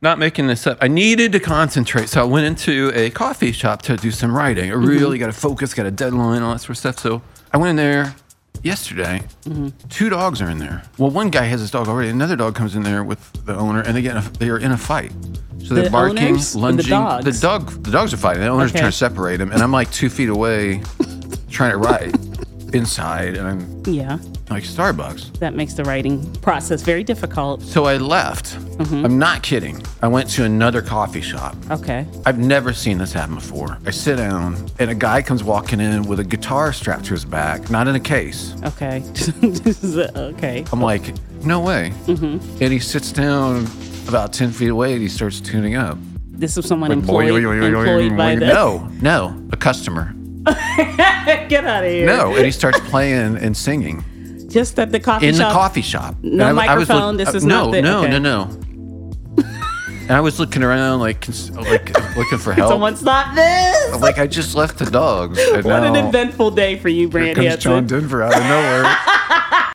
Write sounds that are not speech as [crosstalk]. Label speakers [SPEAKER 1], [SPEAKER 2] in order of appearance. [SPEAKER 1] not making this up. I needed to concentrate, so I went into a coffee shop to do some writing. I
[SPEAKER 2] Mm-hmm.
[SPEAKER 1] really got to focus, got a deadline, all that sort of stuff. So I went in there yesterday.
[SPEAKER 2] Mm-hmm.
[SPEAKER 1] Two dogs are in there. Well, one guy has his dog already. Another dog comes in there with the owner, and they get in a, they are in a fight. So they're
[SPEAKER 2] The
[SPEAKER 1] barking,
[SPEAKER 2] owners or the
[SPEAKER 1] lunging.
[SPEAKER 2] dogs?
[SPEAKER 1] dog the dogs are fighting. The owner's
[SPEAKER 2] Okay.
[SPEAKER 1] trying to separate them, and I'm like two feet
[SPEAKER 2] [laughs]
[SPEAKER 1] away, trying to write inside, and I'm
[SPEAKER 2] Yeah,
[SPEAKER 1] like Starbucks.
[SPEAKER 2] that makes the writing process very difficult.
[SPEAKER 1] So I left.
[SPEAKER 2] Mm-hmm.
[SPEAKER 1] I'm not kidding. I went to another coffee shop.
[SPEAKER 2] Okay.
[SPEAKER 1] I've never seen this happen before. I sit down, and a guy comes walking in with a guitar strapped to his back, not in a case.
[SPEAKER 2] Okay. [laughs] okay.
[SPEAKER 1] I'm like, no way.
[SPEAKER 2] Mm-hmm.
[SPEAKER 1] And he sits down about 10 feet away and he starts tuning up.
[SPEAKER 2] This is someone
[SPEAKER 1] Like, boy,
[SPEAKER 2] employed,
[SPEAKER 1] yo, yo, yo, yo,
[SPEAKER 2] employed
[SPEAKER 1] yo,
[SPEAKER 2] by
[SPEAKER 1] yo.
[SPEAKER 2] the.
[SPEAKER 1] No, no, a customer.
[SPEAKER 2] [laughs] Get out of here.
[SPEAKER 1] No. And he
[SPEAKER 2] [laughs]
[SPEAKER 1] starts playing and singing
[SPEAKER 2] Just at the coffee
[SPEAKER 1] in
[SPEAKER 2] shop.
[SPEAKER 1] the coffee shop. And
[SPEAKER 2] microphone, this is
[SPEAKER 1] uh, no,
[SPEAKER 2] not the-
[SPEAKER 1] no, no,
[SPEAKER 2] okay.
[SPEAKER 1] no. And I was looking around, like, cons- like looking for help.
[SPEAKER 2] [laughs] Someone stop this.
[SPEAKER 1] Oh, like I just left the dogs. and
[SPEAKER 2] [laughs] What an
[SPEAKER 1] now-
[SPEAKER 2] eventful day for you,
[SPEAKER 1] Here
[SPEAKER 2] Brand
[SPEAKER 1] comes John
[SPEAKER 2] Hanson.
[SPEAKER 1] Denver out of nowhere.